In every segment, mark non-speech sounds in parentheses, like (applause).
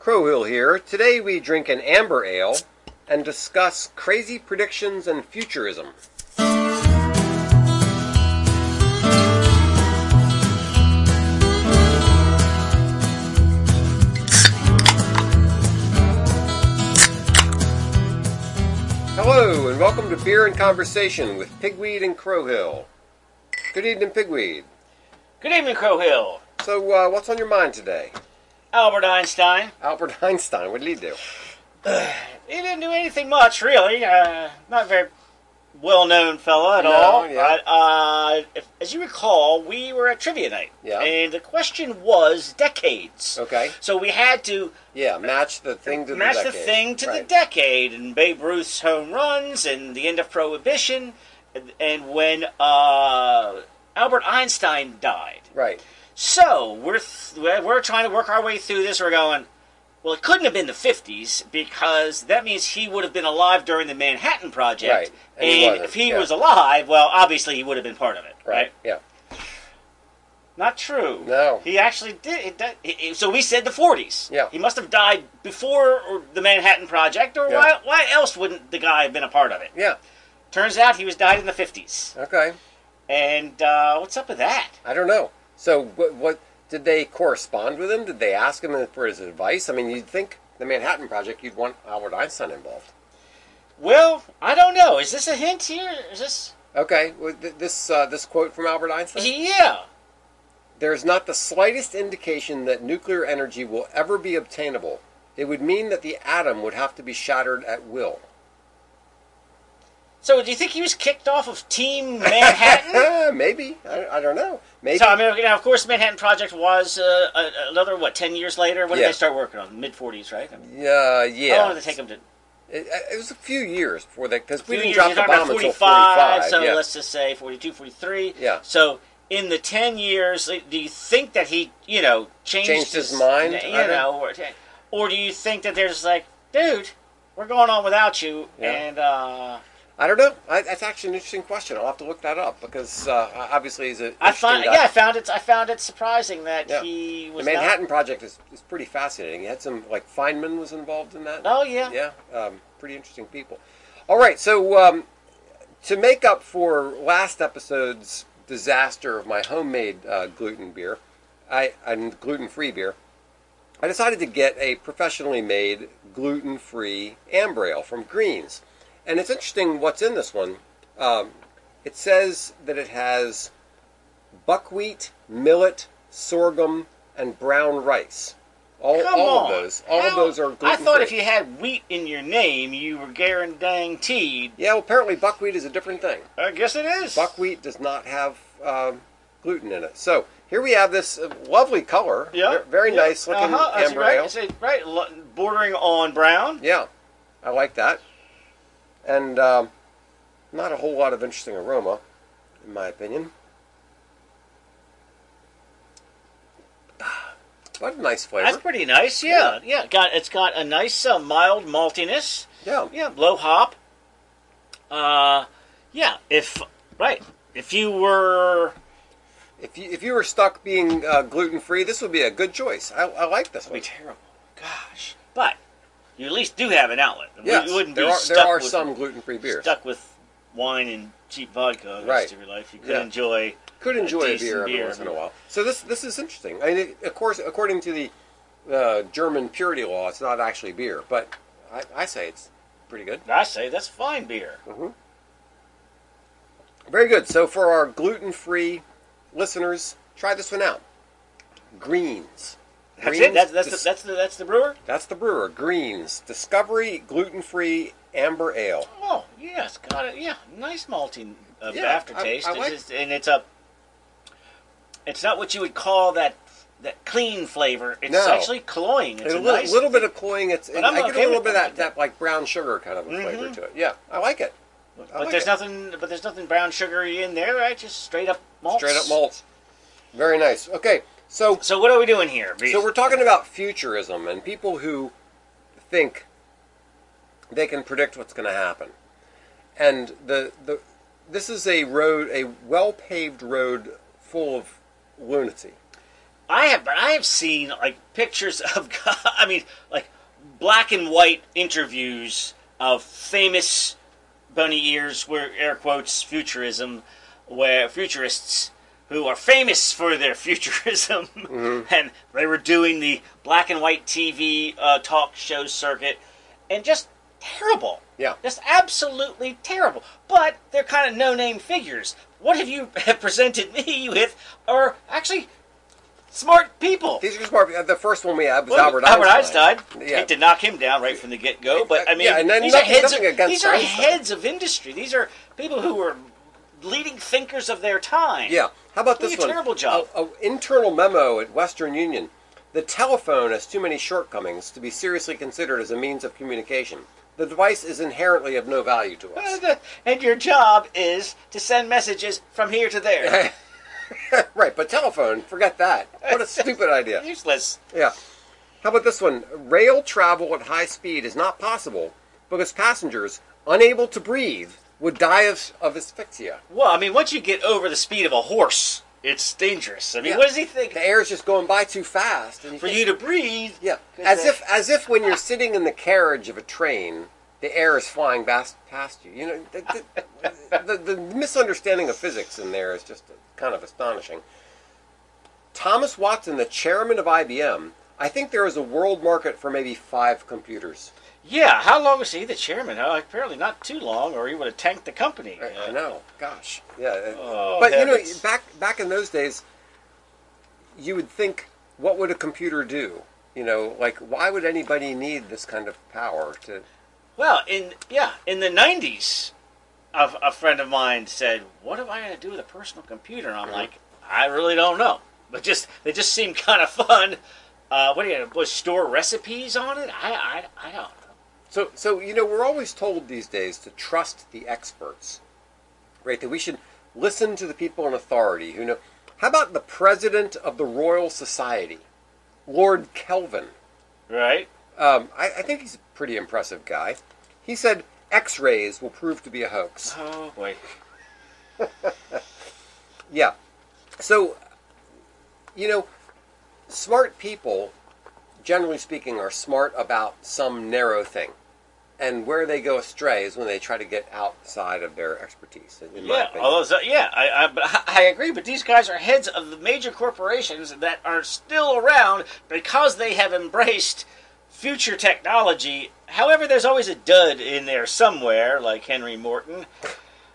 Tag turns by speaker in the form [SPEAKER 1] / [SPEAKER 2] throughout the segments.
[SPEAKER 1] Crowhill here. Today we drink an amber ale and discuss crazy predictions and futurism. Hello, and welcome to Beer and Conversation with Pigweed and Crowhill. Good evening, Pigweed.
[SPEAKER 2] Good evening, Crow Hill.
[SPEAKER 1] So, uh, what's on your mind today?
[SPEAKER 2] Albert Einstein.
[SPEAKER 1] Albert (laughs) Einstein, what did he do?
[SPEAKER 2] He didn't do anything much, really. Uh, not very well-known fella at
[SPEAKER 1] No,
[SPEAKER 2] all.
[SPEAKER 1] yeah.
[SPEAKER 2] Uh, if, as you recall, we were at trivia night,
[SPEAKER 1] Yeah.
[SPEAKER 2] and the question was decades.
[SPEAKER 1] Okay.
[SPEAKER 2] So we had to
[SPEAKER 1] Yeah, match the thing to
[SPEAKER 2] match
[SPEAKER 1] the
[SPEAKER 2] the
[SPEAKER 1] decade.
[SPEAKER 2] thing to the
[SPEAKER 1] Right.
[SPEAKER 2] decade, and Babe Ruth's home runs, and the end of Prohibition, and, and when uh, Albert Einstein died.
[SPEAKER 1] Right.
[SPEAKER 2] So we're th- we're trying to work our way through this. We're going. Well, it couldn't have been the '50s because that means he would have been alive during the Manhattan Project.
[SPEAKER 1] Right, and
[SPEAKER 2] And,
[SPEAKER 1] he wasn't,
[SPEAKER 2] if he
[SPEAKER 1] yeah.
[SPEAKER 2] was alive, well, obviously he would have been part of it, right?
[SPEAKER 1] Right. Yeah.
[SPEAKER 2] Not true.
[SPEAKER 1] No.
[SPEAKER 2] He actually did. It, that, it- it- so we said the '40s.
[SPEAKER 1] Yeah.
[SPEAKER 2] He must have died before or the Manhattan Project, or
[SPEAKER 1] Yeah.
[SPEAKER 2] why? Why else wouldn't the guy have been a part of it?
[SPEAKER 1] Yeah.
[SPEAKER 2] Turns out he was died in the '50s.
[SPEAKER 1] Okay.
[SPEAKER 2] And uh, what's up with that?
[SPEAKER 1] I don't know. So, what, what did they correspond with him? Did they ask him for his advice? I mean, you'd think the Manhattan Project, you'd want Albert Einstein involved.
[SPEAKER 2] Well, I don't know. Is this a hint here? Is this?
[SPEAKER 1] Okay, well, th- this uh, this quote from Albert Einstein:
[SPEAKER 2] Yeah.
[SPEAKER 1] "There's not the slightest indication that nuclear energy will ever be obtainable. It would mean that the atom would have to be shattered at will."
[SPEAKER 2] So do you think he was kicked off of
[SPEAKER 1] (laughs)
[SPEAKER 2] Team Manhattan?
[SPEAKER 1] Eh, Maybe I, I don't know. Maybe
[SPEAKER 2] so I mean, now of course, Manhattan Project was uh, a- another what ten years later. When
[SPEAKER 1] Yeah.
[SPEAKER 2] did they start working on? Mid forties, right? I mean,
[SPEAKER 1] uh,
[SPEAKER 2] How
[SPEAKER 1] yeah.
[SPEAKER 2] long did it take him to?
[SPEAKER 1] It, it was a few years before that because we
[SPEAKER 2] few
[SPEAKER 1] didn't
[SPEAKER 2] years,
[SPEAKER 1] drop
[SPEAKER 2] you're
[SPEAKER 1] the
[SPEAKER 2] talking
[SPEAKER 1] bomb
[SPEAKER 2] about
[SPEAKER 1] until
[SPEAKER 2] 45, so
[SPEAKER 1] yeah.
[SPEAKER 2] let's just say 42, 43.
[SPEAKER 1] Yeah.
[SPEAKER 2] So in the 10 years, do you think that he, you know, changed,
[SPEAKER 1] Changed his mind? I
[SPEAKER 2] You
[SPEAKER 1] don't-
[SPEAKER 2] know, or, or do you think that there's like, dude, we're going on without you,
[SPEAKER 1] Yeah.
[SPEAKER 2] and uh,
[SPEAKER 1] I don't know. I, that's actually an interesting question. I'll have to look that up because uh, obviously he's a.
[SPEAKER 2] I find, yeah, I found it, I found it surprising that
[SPEAKER 1] Yeah.
[SPEAKER 2] he
[SPEAKER 1] The
[SPEAKER 2] was not-
[SPEAKER 1] Manhattan Project is, is pretty fascinating. He had some like Feynman was involved in that.
[SPEAKER 2] Oh yeah.
[SPEAKER 1] Yeah, um, pretty interesting people. All right, so um, to make up for last episode's disaster of my homemade uh, gluten beer, I and gluten free beer, I decided to get a professionally made gluten free amber ale from Greens, and it's interesting what's in this one. Um, it says that it has buckwheat, millet, sorghum, and brown rice. All,
[SPEAKER 2] Come
[SPEAKER 1] all of
[SPEAKER 2] on.
[SPEAKER 1] those, all of
[SPEAKER 2] How-
[SPEAKER 1] those are gluten.
[SPEAKER 2] I thought if you had wheat in your name, you were guaranteed.
[SPEAKER 1] Yeah, well, apparently buckwheat is a different thing.
[SPEAKER 2] I guess it is.
[SPEAKER 1] Buckwheat does not have um, gluten in it. So here we have this uh, lovely color.
[SPEAKER 2] Yeah.
[SPEAKER 1] Ver- Very
[SPEAKER 2] yeah.
[SPEAKER 1] nice looking
[SPEAKER 2] Uh-huh, that's
[SPEAKER 1] amber
[SPEAKER 2] right.
[SPEAKER 1] ale.
[SPEAKER 2] It's a- right, lo- bordering on brown.
[SPEAKER 1] Yeah, I like that. And um, not a whole lot of interesting aroma, in my opinion. (sighs) What a nice flavor.
[SPEAKER 2] That's pretty nice. Yeah, yeah. Got it's got a nice uh, mild maltiness.
[SPEAKER 1] yeah.
[SPEAKER 2] Yeah, low hop. Uh, yeah. If right, if you were
[SPEAKER 1] If you if you were stuck being uh, gluten free, this would be a good choice. I, I like this one.
[SPEAKER 2] be terrible. Gosh, but you at least do have an outlet.
[SPEAKER 1] Yes,
[SPEAKER 2] you wouldn't
[SPEAKER 1] there
[SPEAKER 2] be
[SPEAKER 1] are
[SPEAKER 2] stuck
[SPEAKER 1] there are
[SPEAKER 2] with
[SPEAKER 1] some gluten free beers.
[SPEAKER 2] stuck with wine and cheap vodka the
[SPEAKER 1] Right.
[SPEAKER 2] rest of your life. You could
[SPEAKER 1] Yeah.
[SPEAKER 2] enjoy.
[SPEAKER 1] could
[SPEAKER 2] a
[SPEAKER 1] enjoy a,
[SPEAKER 2] decent
[SPEAKER 1] beer every
[SPEAKER 2] beer.
[SPEAKER 1] once in a while. So this this is interesting. I mean, it, of course, according to the uh, German purity law, it's not actually beer, but I, I say it's pretty good.
[SPEAKER 2] I say that's fine beer.
[SPEAKER 1] Very good. So for our gluten-free listeners, try this one out. Greens.
[SPEAKER 2] That's
[SPEAKER 1] Greens
[SPEAKER 2] it. That's that's
[SPEAKER 1] dis-
[SPEAKER 2] the, that's the that's the brewer.
[SPEAKER 1] that's the brewer. Greens Discovery gluten-free amber ale.
[SPEAKER 2] Oh yeah, it's got a yeah nice malting uh,
[SPEAKER 1] Yeah,
[SPEAKER 2] aftertaste,
[SPEAKER 1] I- I
[SPEAKER 2] It's
[SPEAKER 1] like-
[SPEAKER 2] just- and it's a. It's not what you would call that that clean flavor. It's
[SPEAKER 1] No.
[SPEAKER 2] actually cloying. It's
[SPEAKER 1] a
[SPEAKER 2] a,
[SPEAKER 1] little,
[SPEAKER 2] nice,
[SPEAKER 1] little bit of cloying. It's
[SPEAKER 2] But
[SPEAKER 1] it-
[SPEAKER 2] I'm
[SPEAKER 1] I get a
[SPEAKER 2] okay
[SPEAKER 1] little
[SPEAKER 2] with
[SPEAKER 1] bit of
[SPEAKER 2] that.
[SPEAKER 1] that, that like brown sugar kind of a flavor
[SPEAKER 2] Mhm.
[SPEAKER 1] to it. Yeah, I like it.
[SPEAKER 2] but
[SPEAKER 1] I like
[SPEAKER 2] there's
[SPEAKER 1] it.
[SPEAKER 2] nothing. But there's nothing brown sugary in there, right? Just straight up malt.
[SPEAKER 1] Straight up malts. Very nice. Okay, so
[SPEAKER 2] So what are we doing here?
[SPEAKER 1] So we're talking about futurism and people who think they can predict what's going to happen. And the the this is a road, a well-paved road full of lunacy.
[SPEAKER 2] I have, but I have seen like pictures of, (laughs) I mean, like black and white interviews of famous bunny ears, where air quotes futurism, where futurists who are famous for their (laughs) futurism, and they were doing the black and white TV uh, talk show circuit, and just terrible.
[SPEAKER 1] Yeah.
[SPEAKER 2] Just absolutely terrible. But they're kind of no-name figures. What have you (laughs) presented me with are actually smart people.
[SPEAKER 1] These are smart. The first one we had was Albert
[SPEAKER 2] Albert
[SPEAKER 1] Einstein. Yeah.
[SPEAKER 2] It did knock him down right from the get go. But I mean,
[SPEAKER 1] Yeah, and then
[SPEAKER 2] these
[SPEAKER 1] nothing-
[SPEAKER 2] are heads.
[SPEAKER 1] nothing
[SPEAKER 2] Of,
[SPEAKER 1] against
[SPEAKER 2] these are
[SPEAKER 1] Einstein.
[SPEAKER 2] heads of industry. These are people who were leading thinkers of their time.
[SPEAKER 1] Yeah. How about
[SPEAKER 2] Doing
[SPEAKER 1] this
[SPEAKER 2] a
[SPEAKER 1] one?
[SPEAKER 2] terrible job.
[SPEAKER 1] A, a internal memo at Western Union. The telephone has too many shortcomings to be seriously considered as a means of communication. The device is inherently of no value to us.
[SPEAKER 2] (laughs) And your job is to send messages from here to there.
[SPEAKER 1] right, but telephone, forget that. What a stupid idea.
[SPEAKER 2] Useless.
[SPEAKER 1] Yeah. How about this one? Rail travel at high speed is not possible because passengers, unable to breathe, would die of, of asphyxia.
[SPEAKER 2] Well, I mean, once you get over the speed of a horse, it's dangerous. I mean,
[SPEAKER 1] Yeah.
[SPEAKER 2] what does he think?
[SPEAKER 1] The air is just going by too fast. And
[SPEAKER 2] For
[SPEAKER 1] can't-
[SPEAKER 2] you to breathe.
[SPEAKER 1] Yeah,
[SPEAKER 2] Good
[SPEAKER 1] as
[SPEAKER 2] thing.
[SPEAKER 1] if as if when you're sitting in the carriage of a train, the air is flying past past you. You know, the, the, (laughs) the, the misunderstanding of physics in there is just kind of astonishing. Thomas Watson, the chairman of IBM, I think there is a world market for maybe five computers.
[SPEAKER 2] Yeah, how long was he the chairman? Uh, apparently not too long, or he would have tanked the company.
[SPEAKER 1] I- I
[SPEAKER 2] Uh,
[SPEAKER 1] know. Gosh. Yeah. it-
[SPEAKER 2] Oh,
[SPEAKER 1] but you
[SPEAKER 2] heavens.
[SPEAKER 1] know, back back in those days, you would think, what would a computer do? You know, like why would anybody need this kind of power to?
[SPEAKER 2] Well, in yeah, in the '90s, a, a friend of mine said, "What am I going to do with a personal computer?" And I'm
[SPEAKER 1] Uh-huh.
[SPEAKER 2] like, "I really don't know." But just they just seem (laughs) kind of fun. Uh, what do you was store recipes on it? I I, I don't. know.
[SPEAKER 1] So, so you know, we're always told these days to trust the experts, right? That we should listen to the people in authority who know. How about the president of the Royal Society, Lord Kelvin?
[SPEAKER 2] Right?
[SPEAKER 1] Um, I, I think he's a pretty impressive guy. He said X-rays will prove to be a hoax.
[SPEAKER 2] Oh boy.
[SPEAKER 1] Yeah. So, you know, smart people, generally speaking, are smart about some narrow thing. And where they go astray is when they try to get outside of their expertise, in my
[SPEAKER 2] Yeah. uh-huh.
[SPEAKER 1] opinion.
[SPEAKER 2] Although, so- yeah, I, I, but I I agree. But these guys are heads of the major corporations that are still around because they have embraced future technology. However, there's always a dud in there somewhere, like Henry Morton. (laughs)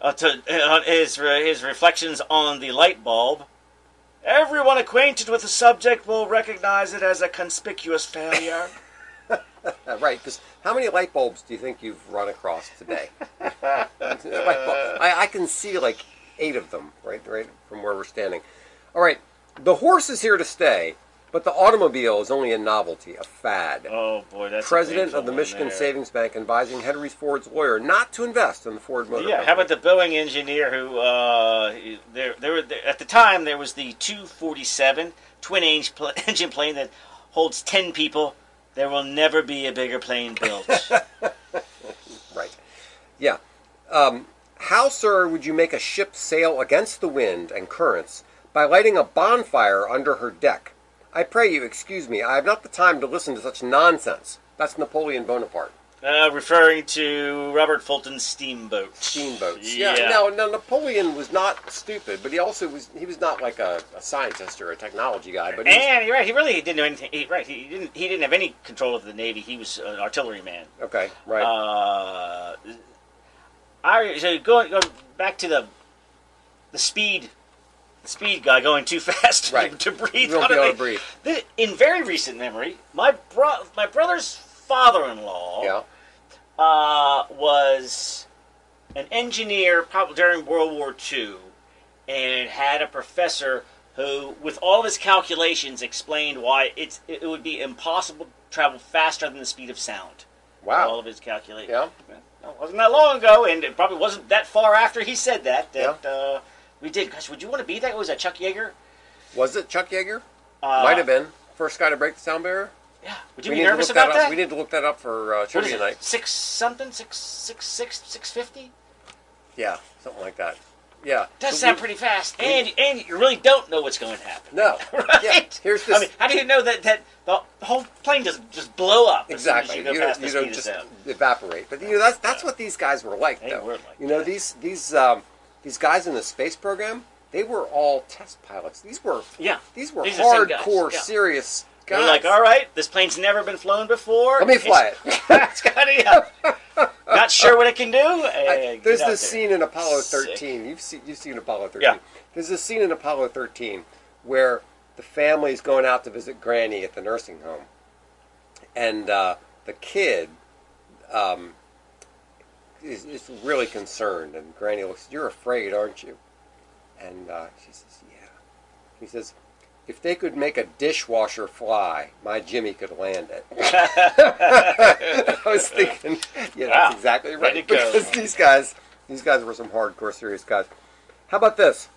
[SPEAKER 2] Uh, to, on his, re- his reflections on the light bulb. Everyone acquainted with the subject will recognize it as a
[SPEAKER 1] (laughs)
[SPEAKER 2] conspicuous failure.
[SPEAKER 1] Uh, right, because how many light bulbs do you think you've run across today? Light bulb- I, I can see like eight of them, right, right from where we're standing. All right, the horse is here to stay, but the automobile is only a novelty, a fad.
[SPEAKER 2] oh boy, that's a
[SPEAKER 1] president
[SPEAKER 2] painful
[SPEAKER 1] of the
[SPEAKER 2] one
[SPEAKER 1] Michigan
[SPEAKER 2] there.
[SPEAKER 1] Savings Bank advising Henry Ford's lawyer not to invest in the Ford Motor
[SPEAKER 2] Yeah,
[SPEAKER 1] Company.
[SPEAKER 2] how about the Boeing engineer who uh, he- there there were at the time there was the 247 twin eng- pl- (laughs) engine plane that holds 10 people. There will never be a bigger plane
[SPEAKER 1] (laughs)
[SPEAKER 2] built.
[SPEAKER 1] right? Yeah. Um, how, sir, would you make a ship sail against the wind and currents by lighting a bonfire under her deck? I pray you excuse me. I have not the time to listen to such nonsense. That's Napoleon Bonaparte.
[SPEAKER 2] uh, referring to Robert Fulton's steamboat.
[SPEAKER 1] Steamboats.
[SPEAKER 2] Yeah.
[SPEAKER 1] Now, now Napoleon was not stupid, but he also was. He was not like a, a scientist or a technology guy. But he was,
[SPEAKER 2] And you're right. He really didn't do anything. He, right. He didn't. He didn't have any control of the navy. He was an artilleryman.
[SPEAKER 1] okay, right.
[SPEAKER 2] Uh, I so going, going back to the the speed the speed guy going too (laughs) fast
[SPEAKER 1] Right.
[SPEAKER 2] to breathe.
[SPEAKER 1] You won't be
[SPEAKER 2] on a
[SPEAKER 1] able to
[SPEAKER 2] thing.
[SPEAKER 1] breathe.
[SPEAKER 2] Th- in very recent memory, my bro my brother's father-in-law
[SPEAKER 1] yeah.
[SPEAKER 2] uh, was an engineer probably during World War II and had a professor who, with all of his calculations, explained why it's, it would be impossible to travel faster than the speed of sound.
[SPEAKER 1] Wow.
[SPEAKER 2] All of his calculations.
[SPEAKER 1] Yeah.
[SPEAKER 2] It wasn't that long ago, and it probably wasn't that far after he said that that uh, we did. Gosh, would you want to be that? Was that Chuck Yeager?
[SPEAKER 1] Was it Chuck Yeager?
[SPEAKER 2] Uh,
[SPEAKER 1] Might have been. First guy to break the sound barrier.
[SPEAKER 2] Yeah. Would you
[SPEAKER 1] we
[SPEAKER 2] be
[SPEAKER 1] need to
[SPEAKER 2] nervous
[SPEAKER 1] look
[SPEAKER 2] about
[SPEAKER 1] that,
[SPEAKER 2] that?
[SPEAKER 1] up. We need to look that up for uh,
[SPEAKER 2] what is
[SPEAKER 1] trivia
[SPEAKER 2] it?
[SPEAKER 1] night.
[SPEAKER 2] Six something? Six six six six fifty?
[SPEAKER 1] Yeah, something like that. Yeah.
[SPEAKER 2] Does
[SPEAKER 1] So
[SPEAKER 2] sound
[SPEAKER 1] we-
[SPEAKER 2] pretty fast, and and you really don't know what's going to happen. (laughs)
[SPEAKER 1] No.
[SPEAKER 2] right?
[SPEAKER 1] Yeah. Here's this.
[SPEAKER 2] I mean, how do you know that that the whole plane doesn't just blow up? as soon as
[SPEAKER 1] Exactly.
[SPEAKER 2] you go past the speed of
[SPEAKER 1] just
[SPEAKER 2] sound?
[SPEAKER 1] evaporate. But you know that's that's what these guys were like,
[SPEAKER 2] They
[SPEAKER 1] though.
[SPEAKER 2] were like
[SPEAKER 1] you know
[SPEAKER 2] that.
[SPEAKER 1] these these um, these guys in the space program, they were all test pilots. These were
[SPEAKER 2] Yeah.
[SPEAKER 1] these were
[SPEAKER 2] These are the same guys,
[SPEAKER 1] hardcore,
[SPEAKER 2] yeah.
[SPEAKER 1] serious
[SPEAKER 2] They're
[SPEAKER 1] guys.
[SPEAKER 2] like, all right, this plane's never been flown before.
[SPEAKER 1] Let me fly
[SPEAKER 2] (laughs)
[SPEAKER 1] it.
[SPEAKER 2] it's got to. Not sure what it can do.
[SPEAKER 1] I- there's
[SPEAKER 2] Uh, get out
[SPEAKER 1] this
[SPEAKER 2] there.
[SPEAKER 1] scene in Apollo
[SPEAKER 2] Sick.
[SPEAKER 1] 13. You've seen you've seen Apollo 13.
[SPEAKER 2] Yeah.
[SPEAKER 1] There's this scene in Apollo 13 where the family's going out to visit Granny at the nursing home, and uh, the kid um, is, is really concerned. And Granny looks, "You're afraid, aren't you?" And uh, she says, "Yeah." He says, "If they could make a dishwasher fly, my Jimmy could land it." (laughs) I was thinking, yeah,
[SPEAKER 2] Wow.
[SPEAKER 1] that's exactly
[SPEAKER 2] Way to
[SPEAKER 1] right.
[SPEAKER 2] go.
[SPEAKER 1] Because these guys, these guys were some hardcore, serious guys. How about this?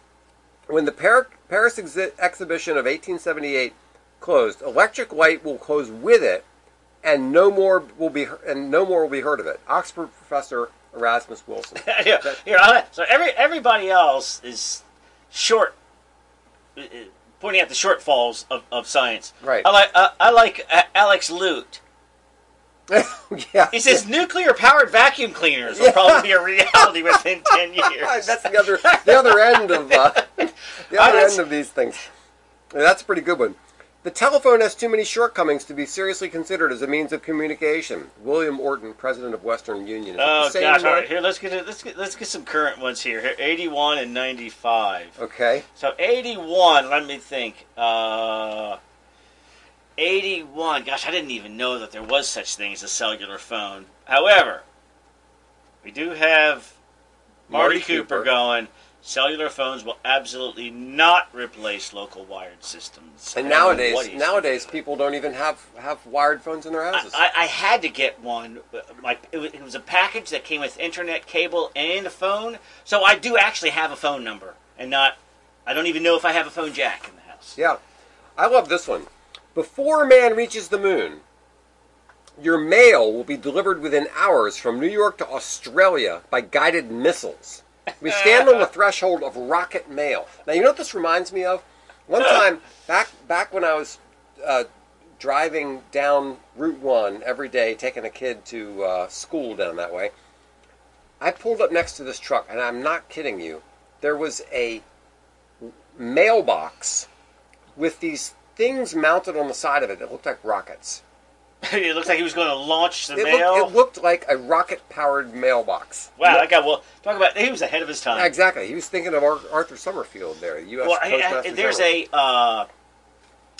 [SPEAKER 1] When the Par- Paris exhi- exhibition of 1878 closed, electric light will close with it, and no more will be and no more will be heard of it. Oxford professor Erasmus Wilson.
[SPEAKER 2] (laughs)
[SPEAKER 1] (laughs)
[SPEAKER 2] yeah, here, I'll- so every everybody else is short, uh, uh, pointing out the shortfalls of, of science.
[SPEAKER 1] Right.
[SPEAKER 2] I like uh, I like uh, Alex Lute.
[SPEAKER 1] yeah,
[SPEAKER 2] He says nuclear powered vacuum cleaners will probably be a
[SPEAKER 1] (laughs)
[SPEAKER 2] reality within ten years.
[SPEAKER 1] that's the other the other end of uh, the other
[SPEAKER 2] that's-
[SPEAKER 1] end of these things. Yeah, that's a pretty good one. The telephone has too many shortcomings to be seriously considered as a means of communication. William Orton, president of Western Union. Is it the
[SPEAKER 2] Oh
[SPEAKER 1] same
[SPEAKER 2] gosh! All
[SPEAKER 1] one?
[SPEAKER 2] right, here let's get it- let's get, let's get some current ones here. Here, eighty-one and ninety-five.
[SPEAKER 1] Okay.
[SPEAKER 2] So 81, let me think. Uh, 81, gosh, I didn't even know that there was such thing as a cellular phone. However, we do have Marty,
[SPEAKER 1] Marty
[SPEAKER 2] Cooper.
[SPEAKER 1] Cooper.
[SPEAKER 2] going. Cellular phones will absolutely not replace local wired systems.
[SPEAKER 1] And
[SPEAKER 2] I don't know what
[SPEAKER 1] nowadays,
[SPEAKER 2] he's
[SPEAKER 1] nowadays
[SPEAKER 2] thinking
[SPEAKER 1] people don't even have, have wired phones in their
[SPEAKER 2] about.
[SPEAKER 1] houses.
[SPEAKER 2] I, I, I had to get one. but My, it, was, it was a package that came with internet cable and a phone. So I do actually have a phone number, and not. I don't even know if I have a phone jack in the house.
[SPEAKER 1] yeah. I love this one. Before man reaches the moon, your mail will be delivered within hours from New York to Australia by guided missiles. We stand on the threshold of rocket mail. Now, you know what this reminds me of? One time, back back when I was uh, driving down Route One every day, taking a kid to uh, school down that way, I pulled up next to this truck, and I'm not kidding you. There was a mailbox with these things mounted on the side of it that looked like rockets.
[SPEAKER 2] (laughs) it looked like he was going to launch the
[SPEAKER 1] It,
[SPEAKER 2] mail.
[SPEAKER 1] Looked, it looked like a rocket-powered mailbox.
[SPEAKER 2] wow, that guy. Well, talk about he was ahead of his time.
[SPEAKER 1] Exactly. He was thinking of Ar- Arthur Summerfield there, U.S.
[SPEAKER 2] Well, I- I-
[SPEAKER 1] Postmaster
[SPEAKER 2] there's
[SPEAKER 1] General.
[SPEAKER 2] a uh,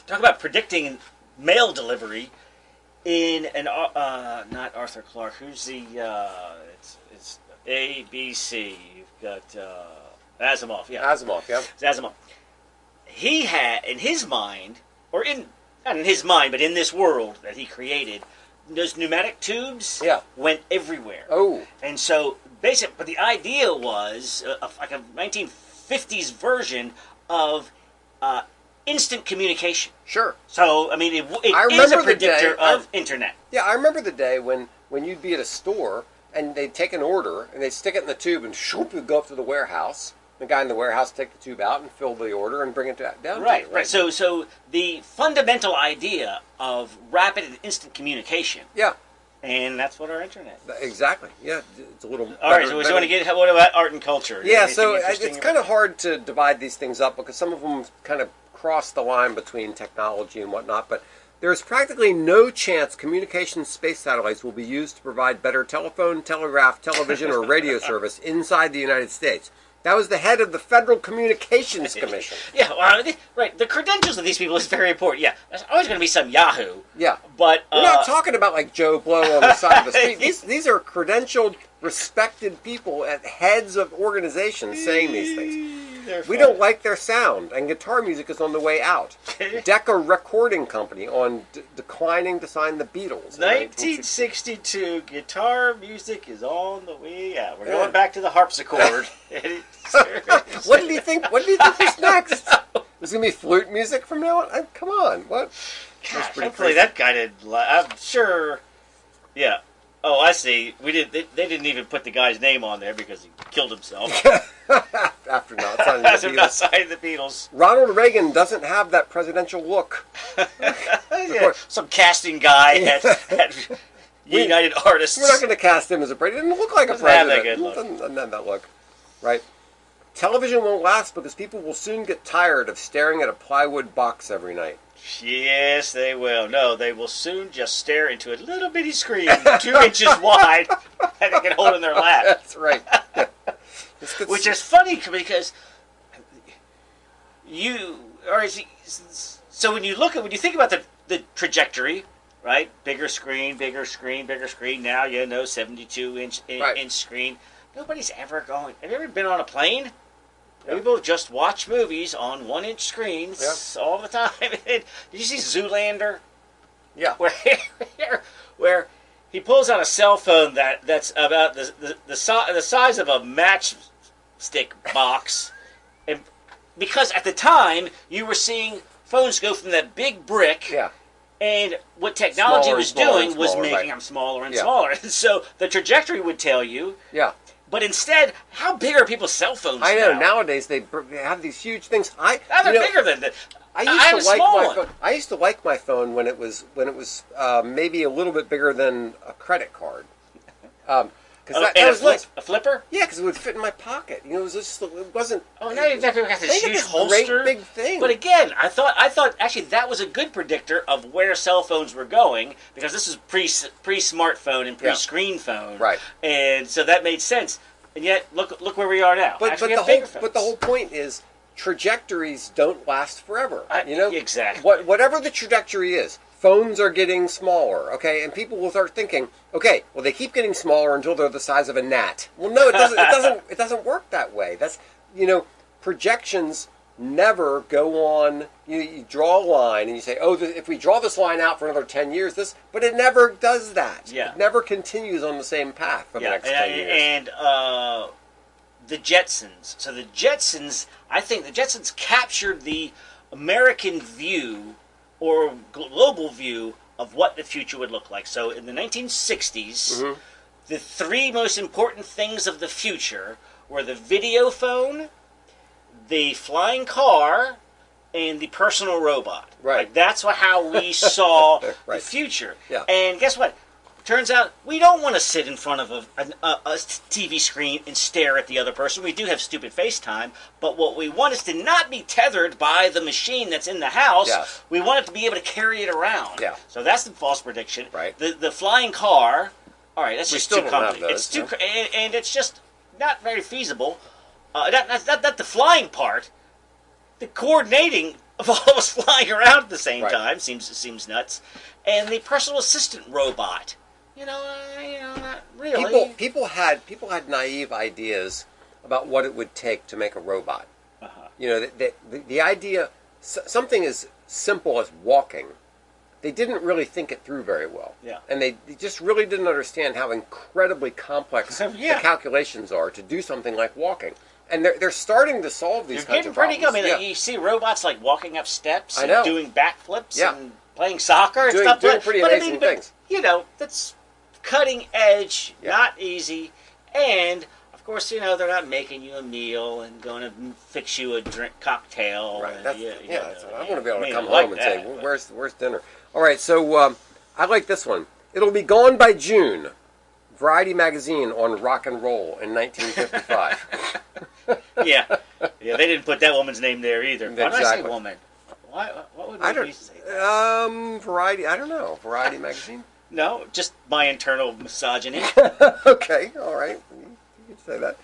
[SPEAKER 2] talk about predicting mail delivery in an Ar- uh, not Arthur Clark. Who's the uh, it's it's ABC. You've got uh, Asimov. Yeah,
[SPEAKER 1] Asimov. Yeah.
[SPEAKER 2] It's Asimov. He had in his mind, or in not in his mind, but in this world that he created, those pneumatic tubes
[SPEAKER 1] Yeah.
[SPEAKER 2] went everywhere.
[SPEAKER 1] Oh,
[SPEAKER 2] And so, basic, but the idea was uh, of like a 1950s version of uh, instant communication.
[SPEAKER 1] sure.
[SPEAKER 2] So, I mean, it, w- it
[SPEAKER 1] I
[SPEAKER 2] is a
[SPEAKER 1] remember the day-
[SPEAKER 2] predictor
[SPEAKER 1] I-
[SPEAKER 2] of internet.
[SPEAKER 1] Yeah, I remember the day when when you'd be at a store and they'd take an order and they'd stick it in the tube and shoop, it'd go up to the warehouse. The guy in the warehouse would take the tube out and fill the order and bring it da- down.
[SPEAKER 2] Right,
[SPEAKER 1] to you,
[SPEAKER 2] right. So, so the fundamental idea of rapid and instant communication,
[SPEAKER 1] yeah,
[SPEAKER 2] and that's what our internet.
[SPEAKER 1] th- exactly. Yeah, it's a little.
[SPEAKER 2] All right, so we want to get what about art and culture?
[SPEAKER 1] Yeah,
[SPEAKER 2] Anything
[SPEAKER 1] so I-
[SPEAKER 2] interesting
[SPEAKER 1] it's
[SPEAKER 2] about-
[SPEAKER 1] kind of hard to divide these things up because some of them kind of cross the line between technology and whatnot. But there's practically no chance communication space satellites will be used to provide better telephone, telegraph, television, or
[SPEAKER 2] (laughs)
[SPEAKER 1] radio service inside the United States. That was the head of the Federal Communications Commission.
[SPEAKER 2] Yeah, well, th- right. The credentials of these people is very important. Yeah, there's always going to be some Yahoo.
[SPEAKER 1] Yeah.
[SPEAKER 2] But
[SPEAKER 1] We're
[SPEAKER 2] uh,
[SPEAKER 1] not talking about like Joe Blow on the side of the
[SPEAKER 2] (laughs)
[SPEAKER 1] street. These, these are credentialed, respected people at heads of organizations saying these things.
[SPEAKER 2] they're
[SPEAKER 1] We
[SPEAKER 2] fun.
[SPEAKER 1] don't like their sound, and guitar music is on the way out. Decca Recording Company on d- declining to sign the Beatles. in 1960.
[SPEAKER 2] 1962 guitar music is on the way out. We're
[SPEAKER 1] Yeah.
[SPEAKER 2] going back to
[SPEAKER 1] (laughs)
[SPEAKER 2] the harpsichord. (laughs)
[SPEAKER 1] What did he think? What did he think was next? It's gonna be flute music from now on. I- come on, what? (laughs)
[SPEAKER 2] Gosh,
[SPEAKER 1] pretty
[SPEAKER 2] hopefully
[SPEAKER 1] crazy.
[SPEAKER 2] that guy did. Li- I'm sure. Yeah, Oh, I see. We did. They, they didn't even put the guy's name on there because he
[SPEAKER 1] (laughs)
[SPEAKER 2] killed himself (laughs)
[SPEAKER 1] After not signing the
[SPEAKER 2] after not
[SPEAKER 1] Beatles.
[SPEAKER 2] signing
[SPEAKER 1] (laughs)
[SPEAKER 2] the Beatles.
[SPEAKER 1] Ronald Reagan doesn't have that presidential look.
[SPEAKER 2] Yeah,
[SPEAKER 1] course.
[SPEAKER 2] Some casting guy at, at
[SPEAKER 1] (laughs)
[SPEAKER 2] United Artists.
[SPEAKER 1] We're not going to cast him as a president. He doesn't look like a
[SPEAKER 2] Doesn't have that
[SPEAKER 1] president.
[SPEAKER 2] good look.
[SPEAKER 1] Doesn't, doesn't have that look, right? Television won't last because people will soon get tired of staring at a plywood box every night.
[SPEAKER 2] (laughs) Yes, they will. No, they will soon just stare into a little bitty screen, two inches wide, (laughs) that they can hold in their lap.
[SPEAKER 1] That's right.
[SPEAKER 2] (laughs)
[SPEAKER 1] This gets-
[SPEAKER 2] Which is funny because you, or is he, so when you look at, when you think about the, the trajectory, right? Bigger screen, bigger screen, bigger screen. Now you know, 72 inch, in,
[SPEAKER 1] Right.
[SPEAKER 2] inch screen. Nobody's ever going. Have you ever been on a plane?
[SPEAKER 1] Yeah.
[SPEAKER 2] People just watch movies on one inch screens all the time. (laughs) Did you see Zoolander?
[SPEAKER 1] yeah.
[SPEAKER 2] where (laughs) where he pulls out a cell phone that that's about the the, the, si- the size of a matchstick box, and because at the time you were seeing phones go from that big brick,
[SPEAKER 1] Yeah.
[SPEAKER 2] and what technology
[SPEAKER 1] Smaller and
[SPEAKER 2] was
[SPEAKER 1] smaller
[SPEAKER 2] doing
[SPEAKER 1] and
[SPEAKER 2] was
[SPEAKER 1] smaller,
[SPEAKER 2] making
[SPEAKER 1] right.
[SPEAKER 2] them smaller and
[SPEAKER 1] Yeah.
[SPEAKER 2] smaller, (laughs) and so the trajectory would tell you.
[SPEAKER 1] Yeah.
[SPEAKER 2] But instead, how big are people's cell phones?
[SPEAKER 1] I know.
[SPEAKER 2] now?
[SPEAKER 1] Nowadays they br- they have these huge things. I
[SPEAKER 2] Now they're
[SPEAKER 1] you know,
[SPEAKER 2] bigger than that.
[SPEAKER 1] I used
[SPEAKER 2] have
[SPEAKER 1] to
[SPEAKER 2] a
[SPEAKER 1] like
[SPEAKER 2] small
[SPEAKER 1] my
[SPEAKER 2] one.
[SPEAKER 1] phone. I used to like my phone when it was when it was uh, maybe a little bit bigger than a credit card. Um 'cause
[SPEAKER 2] Oh,
[SPEAKER 1] that,
[SPEAKER 2] and
[SPEAKER 1] that
[SPEAKER 2] a,
[SPEAKER 1] was nice.
[SPEAKER 2] flip, a flipper?
[SPEAKER 1] Yeah, because it would fit in my pocket. You know, it was just it wasn't.
[SPEAKER 2] Oh, now you've got this
[SPEAKER 1] They got
[SPEAKER 2] huge
[SPEAKER 1] this great
[SPEAKER 2] holster.
[SPEAKER 1] big thing.
[SPEAKER 2] But again, I thought I thought actually that was a good predictor of where cell phones were going because this is pre pre smartphone and pre screen phone,
[SPEAKER 1] Right.
[SPEAKER 2] And so that made sense. And yet, look look where we are now.
[SPEAKER 1] But, but
[SPEAKER 2] Actually,
[SPEAKER 1] the
[SPEAKER 2] we have
[SPEAKER 1] whole
[SPEAKER 2] bigger phones.
[SPEAKER 1] but the whole point is trajectories don't last forever.
[SPEAKER 2] I-
[SPEAKER 1] you know
[SPEAKER 2] exactly.
[SPEAKER 1] What whatever the trajectory is, phones are getting smaller. Okay, and people will start thinking, okay, well they keep getting smaller until they're the size of a gnat. Well, no, it doesn't. it doesn't. It doesn't work that way. That's you know projections never go on you, you draw a line and you say oh th- if we draw this line out for another 10 years this but it never does that
[SPEAKER 2] Yeah.
[SPEAKER 1] it never continues on the same path for the
[SPEAKER 2] yeah,
[SPEAKER 1] next 10 years
[SPEAKER 2] and, and uh, the Jetsons. So the Jetsons, I think the Jetsons captured the American view or global view of what the future would look like. So in the 1960s,
[SPEAKER 1] Mm-hmm.
[SPEAKER 2] the three most important things of the future were the video phone, the flying car, and the personal robot.
[SPEAKER 1] Right.
[SPEAKER 2] Like, that's what, how we saw the
[SPEAKER 1] (laughs) Right.
[SPEAKER 2] future.
[SPEAKER 1] Yeah.
[SPEAKER 2] And guess what? Turns out we don't want to sit in front of a, an- a, a TV screen and stare at the other person. We do have stupid FaceTime, but what we want is to not be tethered by the machine that's in the house.
[SPEAKER 1] Yes.
[SPEAKER 2] We want it to be able to carry it around.
[SPEAKER 1] Yeah.
[SPEAKER 2] So that's the false prediction.
[SPEAKER 1] Right.
[SPEAKER 2] The the flying car. All right, that's
[SPEAKER 1] We
[SPEAKER 2] just
[SPEAKER 1] still
[SPEAKER 2] too
[SPEAKER 1] don't have
[SPEAKER 2] complicated. it's
[SPEAKER 1] those,
[SPEAKER 2] too
[SPEAKER 1] no?
[SPEAKER 2] cr- and, and it's just not very feasible. Uh, not, not, not, not the flying part. The coordinating of all of us (laughs) flying around at the same
[SPEAKER 1] Right.
[SPEAKER 2] time seems seems nuts. And the personal assistant robot. You know, uh, you know, not really.
[SPEAKER 1] people people had people had naive ideas about what it would take to make a robot.
[SPEAKER 2] Uh-huh.
[SPEAKER 1] You know, that, that, the, the idea s- something as simple as walking, they didn't really think it through very well.
[SPEAKER 2] Yeah.
[SPEAKER 1] and they, they just really didn't understand how incredibly complex
[SPEAKER 2] (laughs) Yeah.
[SPEAKER 1] the calculations are to do something like walking. And they're, they're starting to solve these
[SPEAKER 2] You're
[SPEAKER 1] kinds
[SPEAKER 2] getting
[SPEAKER 1] of
[SPEAKER 2] pretty
[SPEAKER 1] problems.
[SPEAKER 2] good. I mean,
[SPEAKER 1] Yeah.
[SPEAKER 2] like, you see robots like walking up steps
[SPEAKER 1] I
[SPEAKER 2] and
[SPEAKER 1] know.
[SPEAKER 2] doing backflips
[SPEAKER 1] Yeah.
[SPEAKER 2] and playing soccer and
[SPEAKER 1] Doing-
[SPEAKER 2] stuff.
[SPEAKER 1] doing
[SPEAKER 2] but,
[SPEAKER 1] pretty
[SPEAKER 2] but I mean,
[SPEAKER 1] amazing
[SPEAKER 2] but,
[SPEAKER 1] things.
[SPEAKER 2] you know, that's cutting edge,
[SPEAKER 1] Yeah.
[SPEAKER 2] not easy, and of course, you know, they're not making you a meal and going to fix you a drink cocktail.
[SPEAKER 1] Right.
[SPEAKER 2] and,
[SPEAKER 1] That's,
[SPEAKER 2] you-
[SPEAKER 1] yeah,
[SPEAKER 2] you know,
[SPEAKER 1] that's, I want to be able
[SPEAKER 2] I mean,
[SPEAKER 1] to come
[SPEAKER 2] I like
[SPEAKER 1] home and say,
[SPEAKER 2] that, but-
[SPEAKER 1] "Where's where's dinner?" All right, so um, I like this one. It'll be gone by June. Variety magazine on rock and roll in 1955.
[SPEAKER 2] yeah, yeah. They didn't put that woman's name there either. Why did I say
[SPEAKER 1] Exactly.
[SPEAKER 2] woman? Why? (laughs) What would
[SPEAKER 1] I
[SPEAKER 2] we
[SPEAKER 1] don't.
[SPEAKER 2] say?
[SPEAKER 1] Um, Variety. I don't know. Variety
[SPEAKER 2] (laughs)
[SPEAKER 1] magazine.
[SPEAKER 2] No, just my internal
[SPEAKER 1] (laughs)
[SPEAKER 2] misogyny.
[SPEAKER 1] okay. All right. You can say that.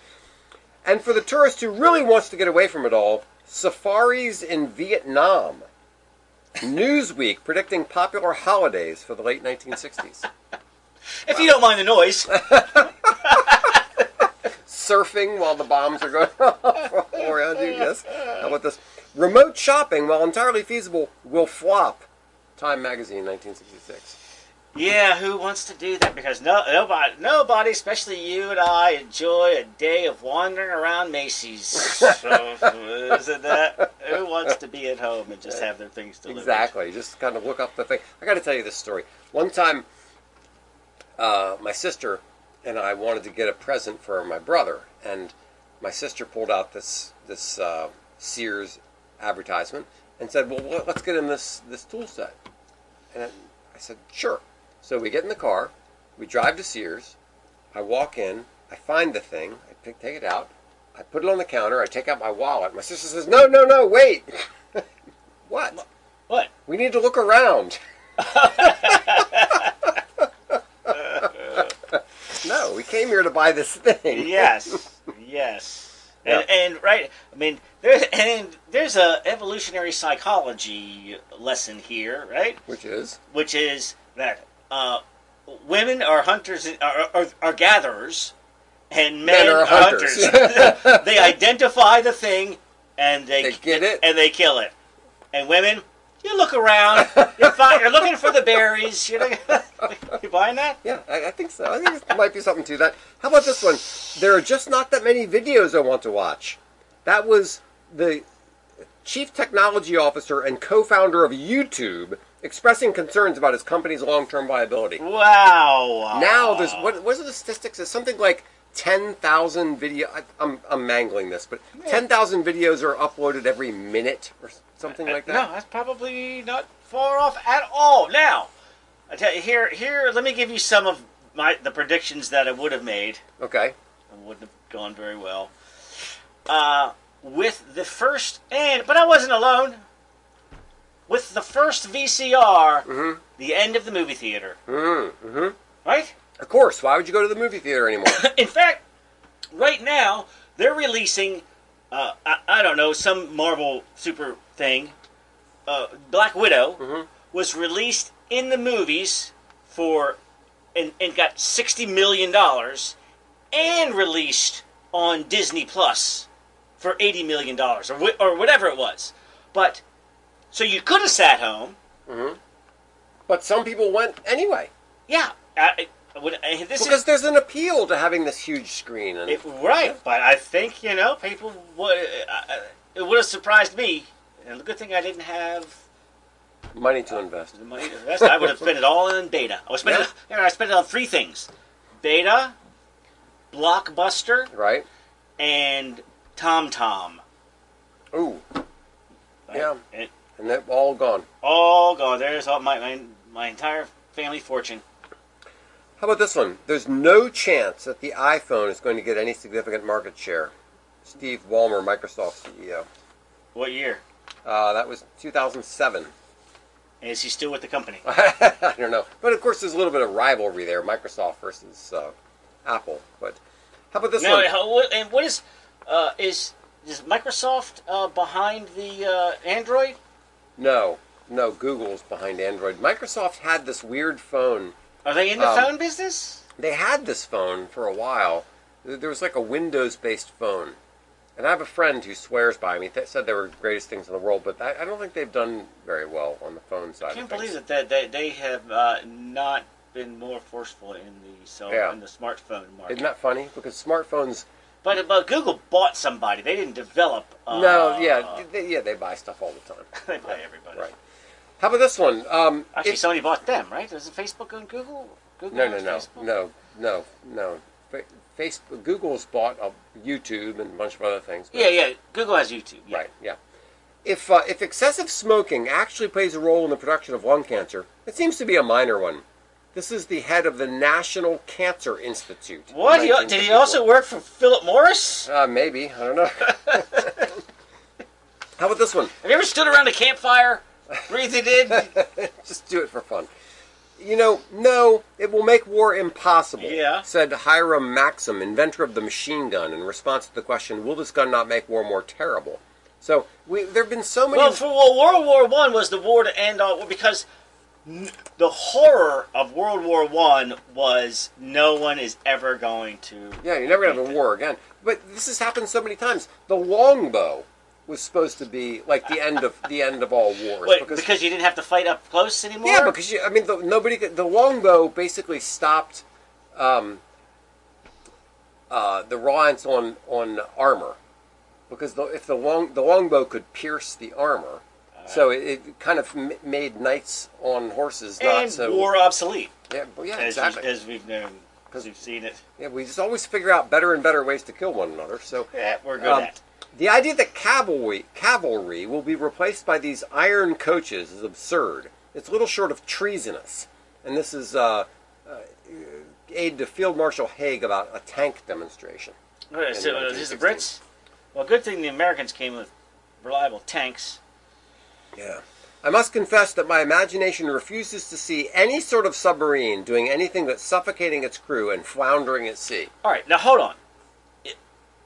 [SPEAKER 1] And for the tourist who really wants to get away from it all, safaris in Vietnam. Newsweek predicting popular holidays for the late 1960s.
[SPEAKER 2] if you don't mind the noise.
[SPEAKER 1] surfing while the bombs are going (laughs) off around you. Yes. How about this? Remote shopping, while entirely feasible, will flop. Time Magazine, 1966.
[SPEAKER 2] Yeah, who wants to do that? Because no, nobody, nobody, especially you and I, enjoy a day of wandering
[SPEAKER 1] (laughs)
[SPEAKER 2] around Macy's. so, isn't that? Who wants to be at home and just have their things delivered?
[SPEAKER 1] Exactly. Just kind of look up the thing. I got to tell you this story. One time, uh, my sister and I wanted to get a present for my brother, and my sister pulled out this this uh, Sears advertisement and said, "Well, let- let's get him this this tool set." And I said, "Sure." So we get in the car, we drive to Sears. I walk in, I find the thing, I pick, take it out, I put it on the counter, I take out my wallet. My sister says, "No, no, no, wait." (laughs) what?
[SPEAKER 2] What?
[SPEAKER 1] We need to look around. (laughs) no, we came here to buy this thing.
[SPEAKER 2] Yes. yes. And, and right, I mean, there's and there's a evolutionary psychology lesson here, right?
[SPEAKER 1] Which is
[SPEAKER 2] Which is that uh, women are hunters, are, are, are gatherers, and men, are hunters. (laughs) they identify the thing, and they,
[SPEAKER 1] They get it.
[SPEAKER 2] and they kill it. And women, you look around, you find, you're looking for the berries. You know, (laughs) you buying that?
[SPEAKER 1] yeah, I, I think so. I think there might be something to that. How about this one? There are just not that many videos I want to watch. That was the chief technology officer and co-founder of YouTube expressing concerns about his company's long-term viability.
[SPEAKER 2] Wow.
[SPEAKER 1] Now there's what what are the statistics? It's something like ten thousand video. I, I'm I'm mangling this, but ten thousand videos are uploaded every minute or something like
[SPEAKER 2] No,
[SPEAKER 1] that.
[SPEAKER 2] that's probably not far off at all. Now, I tell you, here, here, let me give you some of my the predictions that I would have made.
[SPEAKER 1] Okay.
[SPEAKER 2] It wouldn't have gone very well. Uh, with the first, and but I wasn't alone. With the first VCR,
[SPEAKER 1] Mhm.
[SPEAKER 2] the end of the movie theater,
[SPEAKER 1] Mm-hmm. mm-hmm.
[SPEAKER 2] right?
[SPEAKER 1] Of course. Why would you go to the movie theater anymore?
[SPEAKER 2] (coughs) In fact, right now they're releasing, uh, I, I don't know, some Marvel super thing. Uh, Black Widow
[SPEAKER 1] Mhm.
[SPEAKER 2] was released in the movies for, and, and got sixty million dollars, and released on Disney Plus for eighty million dollars or wh- or whatever it was. But so you could have sat home.
[SPEAKER 1] but some people went anyway
[SPEAKER 2] Yeah, I, I, would- I- this is
[SPEAKER 1] because there's an appeal to having this huge screen. And
[SPEAKER 2] It, right, but I think you know people would. Uh, it would have surprised me. And the good thing I didn't have
[SPEAKER 1] money to invest.
[SPEAKER 2] the money to invest. I would have spent it all in Beta. I was spending.
[SPEAKER 1] Yeah.
[SPEAKER 2] You know, I spent it on three things: Beta, Blockbuster,
[SPEAKER 1] Right.
[SPEAKER 2] and TomTom.
[SPEAKER 1] Ooh.
[SPEAKER 2] Right?
[SPEAKER 1] Yeah.
[SPEAKER 2] And
[SPEAKER 1] And they're all gone.
[SPEAKER 2] all gone. There's all my, my my entire family fortune.
[SPEAKER 1] How about this one? There's no chance that the iPhone is going to get any significant market share. Steve Ballmer, Microsoft CEO.
[SPEAKER 2] What year?
[SPEAKER 1] Uh, that was 2007.
[SPEAKER 2] Is he still with the company?
[SPEAKER 1] (laughs) I don't know. But of course, there's a little bit of rivalry there Microsoft versus uh, Apple. But how about this
[SPEAKER 2] Now,
[SPEAKER 1] one?
[SPEAKER 2] how- what- and what is uh, is is Microsoft uh, behind the uh, Android?
[SPEAKER 1] No, no, Google's behind Android. Microsoft had this weird phone.
[SPEAKER 2] Are they in the
[SPEAKER 1] Um,
[SPEAKER 2] phone business?
[SPEAKER 1] They had this phone for a while. Th- There was like a Windows based phone. And I have a friend who swears by me that said they were the greatest things in the world, but I I don't think they've done very well on the phone side.
[SPEAKER 2] I can't
[SPEAKER 1] of things.
[SPEAKER 2] believe that that they, they have uh, not been more forceful in the cell
[SPEAKER 1] Yeah.
[SPEAKER 2] in the smartphone market.
[SPEAKER 1] Isn't that funny? Because smartphones,
[SPEAKER 2] but but Google bought somebody. They didn't develop. Uh,
[SPEAKER 1] no, yeah, they, yeah, they buy stuff all the time.
[SPEAKER 2] (laughs) they buy everybody.
[SPEAKER 1] Right. How about this one? Um,
[SPEAKER 2] Actually,
[SPEAKER 1] if-
[SPEAKER 2] somebody bought them, right? Does Facebook own Google? Google
[SPEAKER 1] No, no,
[SPEAKER 2] owns
[SPEAKER 1] no,
[SPEAKER 2] Facebook?
[SPEAKER 1] no, no, no. Fa- Facebook, Google's bought uh, YouTube and a bunch of other things. but-
[SPEAKER 2] Yeah, yeah. Google has YouTube. Yeah.
[SPEAKER 1] Right. Yeah. If uh, if excessive smoking actually plays a role in the production of lung cancer, it seems to be a minor one. This is the head of the National Cancer Institute. in
[SPEAKER 2] What? He, did he
[SPEAKER 1] 1954.
[SPEAKER 2] also work for Philip Morris?
[SPEAKER 1] Uh, maybe I
[SPEAKER 2] (laughs)
[SPEAKER 1] don't know. How about this one?
[SPEAKER 2] Have you ever stood around a campfire, breathed it
[SPEAKER 1] (laughs)
[SPEAKER 2] in?
[SPEAKER 1] Just do it for fun. You know, no, it will make war impossible,
[SPEAKER 2] Yeah.
[SPEAKER 1] said Hiram Maxim, inventor of the machine gun, in response to the question, will this gun not make war more terrible? So, we, there have been so many.
[SPEAKER 2] well, for well, World War One was the war to end all because n- the horror of World War One was no one is ever going to.
[SPEAKER 1] yeah, you're never going to have a war again. But this has happened so many times. The longbow was supposed to be like the end of the end of all wars
[SPEAKER 2] Wait, because, you didn't have to fight up close anymore.
[SPEAKER 1] Yeah, because you, I mean, the, nobody. could- The longbow basically stopped um, uh, the reliance on on armor, because the, if the long the longbow could pierce the armor, So it, it kind of m- made knights on horses not
[SPEAKER 2] and
[SPEAKER 1] so.
[SPEAKER 2] war obsolete,
[SPEAKER 1] Yeah, well, yeah,
[SPEAKER 2] as,
[SPEAKER 1] exactly.
[SPEAKER 2] you, as we've known, because we've seen it.
[SPEAKER 1] yeah, we just always figure out better and better ways to kill one another. So
[SPEAKER 2] Yeah, we're good
[SPEAKER 1] Um,
[SPEAKER 2] at.
[SPEAKER 1] The idea that cavalry cavalry will be replaced by these iron coaches is absurd. It's little short of treasonous. And this is uh, uh, aid to Field Marshal Haig about a tank demonstration.
[SPEAKER 2] Okay, so
[SPEAKER 1] in
[SPEAKER 2] uh, this is the
[SPEAKER 1] 1916.
[SPEAKER 2] Brits. Well, good thing the Americans came with reliable tanks.
[SPEAKER 1] Yeah. I must confess that my imagination refuses to see any sort of submarine doing anything but suffocating its crew and floundering at sea. (laughs)
[SPEAKER 2] All right, now hold on. It-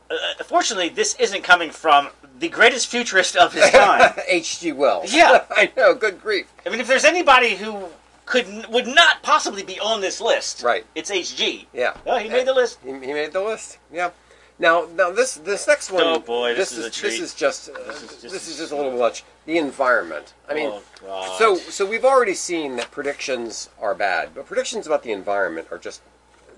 [SPEAKER 2] Uh, fortunately, this isn't coming from the greatest futurist
[SPEAKER 1] (laughs)
[SPEAKER 2] of his time.
[SPEAKER 1] H.G. Wells.
[SPEAKER 2] Yeah.
[SPEAKER 1] (laughs) I know. Good grief.
[SPEAKER 2] I mean, if there's anybody who could n- would not possibly be on this list,
[SPEAKER 1] Right.
[SPEAKER 2] It's HG.
[SPEAKER 1] Yeah.
[SPEAKER 2] Oh, he made the list.
[SPEAKER 1] He, he made the list. Yeah. Now, now this this next one.
[SPEAKER 2] Oh, boy, this is a
[SPEAKER 1] This
[SPEAKER 2] treat.
[SPEAKER 1] is just uh,
[SPEAKER 2] This is
[SPEAKER 1] this,
[SPEAKER 2] just-
[SPEAKER 1] is just a little much. The environment. I mean,
[SPEAKER 2] Oh, God.
[SPEAKER 1] so so we've already seen that predictions are bad, but predictions about the environment are just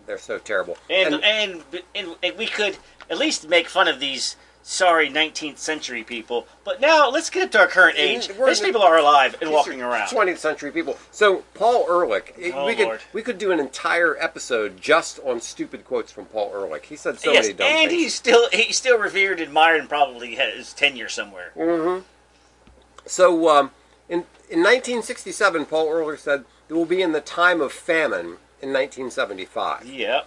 [SPEAKER 1] they're so terrible.
[SPEAKER 2] And and, and and we could at least make fun of these sorry 19th century people. But now let's get to our current
[SPEAKER 1] And
[SPEAKER 2] age.
[SPEAKER 1] we're in
[SPEAKER 2] These
[SPEAKER 1] the-
[SPEAKER 2] people are alive and walking around.
[SPEAKER 1] 20th century people. So Paul Ehrlich, it-
[SPEAKER 2] Oh,
[SPEAKER 1] we could
[SPEAKER 2] Lord.
[SPEAKER 1] we could do an entire episode just on stupid quotes from Paul Ehrlich. He said so
[SPEAKER 2] yes,
[SPEAKER 1] many dumb
[SPEAKER 2] and
[SPEAKER 1] things.
[SPEAKER 2] he's still he's still revered, admired, and probably has tenure somewhere.
[SPEAKER 1] So um, in in 1967, Paul Ehrlich said it will be in the time of famine in 1975.
[SPEAKER 2] Yeah.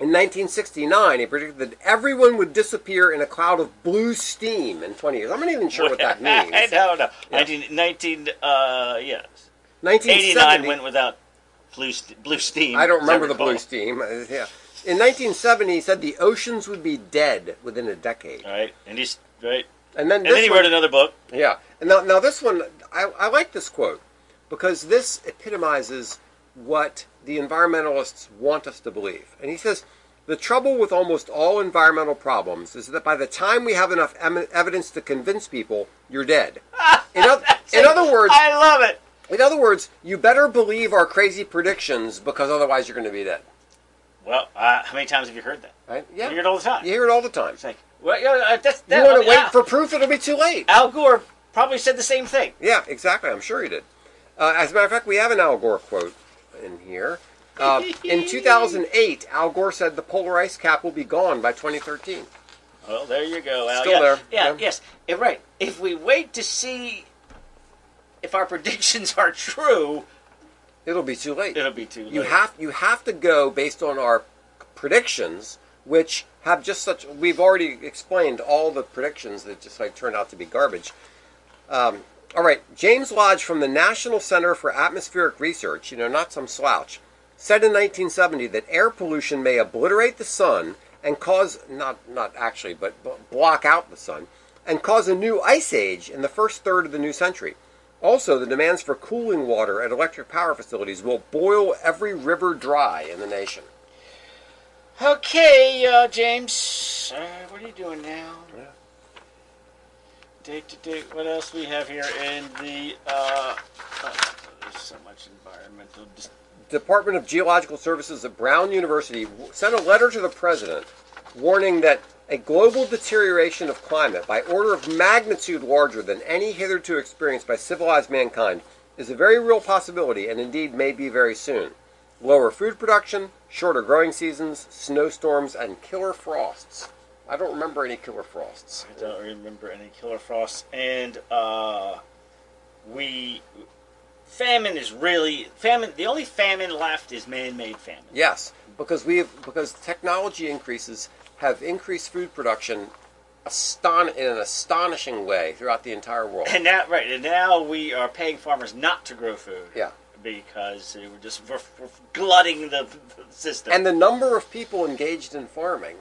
[SPEAKER 1] In 1969, he predicted that everyone would disappear in a cloud of blue steam in 20 years. I'm not even sure what
[SPEAKER 2] (laughs)
[SPEAKER 1] that means.
[SPEAKER 2] I don't know. 19, 19 uh, yes. 89
[SPEAKER 1] 1970,
[SPEAKER 2] went without blue, st- blue steam.
[SPEAKER 1] I don't
[SPEAKER 2] as I
[SPEAKER 1] remember the blue
[SPEAKER 2] recall.
[SPEAKER 1] steam. Uh, Yeah. In 1970, he said the oceans would be dead within a decade.
[SPEAKER 2] All right, and he's right.
[SPEAKER 1] And then,
[SPEAKER 2] And
[SPEAKER 1] this
[SPEAKER 2] then he
[SPEAKER 1] one-
[SPEAKER 2] wrote another book.
[SPEAKER 1] Yeah. And now, now this one, I, I like this quote because this epitomizes what the environmentalists want us to believe. And he says, the trouble with almost all environmental problems is that by the time we have enough em- evidence to convince people, you're
[SPEAKER 2] (laughs)
[SPEAKER 1] dead. In, oth- in other words,
[SPEAKER 2] I love it.
[SPEAKER 1] in other words, you better believe our crazy predictions because otherwise you're going to be dead.
[SPEAKER 2] Well, uh, how many times have you heard that?
[SPEAKER 1] Right? Yeah.
[SPEAKER 2] You hear it all the time.
[SPEAKER 1] You hear it all the time.
[SPEAKER 2] It's like, well, you know, uh, that's that.
[SPEAKER 1] You want
[SPEAKER 2] I
[SPEAKER 1] to
[SPEAKER 2] mean,
[SPEAKER 1] wait
[SPEAKER 2] Al,
[SPEAKER 1] for proof? It'll be too late.
[SPEAKER 2] Al Gore probably said the same thing.
[SPEAKER 1] Yeah, exactly. I'm sure he did. Uh, as a matter of fact, we have an Al Gore quote in here. Uh, in 2008, Al Gore said the polar ice cap will be gone by 2013.
[SPEAKER 2] Well, there you go, Al.
[SPEAKER 1] Still
[SPEAKER 2] yeah.
[SPEAKER 1] there.
[SPEAKER 2] Yeah,
[SPEAKER 1] Yeah.
[SPEAKER 2] yes. Yeah, right. If we wait to see if our predictions are true,
[SPEAKER 1] It'll be too late.
[SPEAKER 2] it'll be too late.
[SPEAKER 1] You have you have to go based on our predictions, which have just such. We've already explained all the predictions that just like turned out to be garbage. Um, all right, James Lodge from the National Center for Atmospheric Research, you know, not some slouch, said in 1970 that air pollution may obliterate the sun and cause not not actually, but b- block out the sun and cause a new ice age in the first third of the new century. Also, the demands for cooling water at electric power facilities will boil every river dry in the nation.
[SPEAKER 2] Okay, uh, James. Uh, what are you doing now?
[SPEAKER 1] Yeah.
[SPEAKER 2] Date to date. What else we have here in the? Uh, oh, there's so much environmental. Dis-
[SPEAKER 1] Department of Geological Services at Brown University w- sent a letter to the president warning that a global deterioration of climate by order of magnitude larger than any hitherto experienced by civilized mankind is a very real possibility and indeed may be very soon. Lower food production, shorter growing seasons, snowstorms, and killer frosts. I don't remember any killer frosts.
[SPEAKER 2] I don't remember any killer frosts, and uh, we famine is really famine. The only famine left is man-made famine.
[SPEAKER 1] Yes, because we have because technology increases have increased food production aston in an astonishing way throughout the entire
[SPEAKER 2] (laughs)
[SPEAKER 1] world.
[SPEAKER 2] And now, right, and now we are paying farmers not to grow food.
[SPEAKER 1] Yeah.
[SPEAKER 2] Because they we're just we're, we're glutting the the system.
[SPEAKER 1] And the number of people engaged in farming,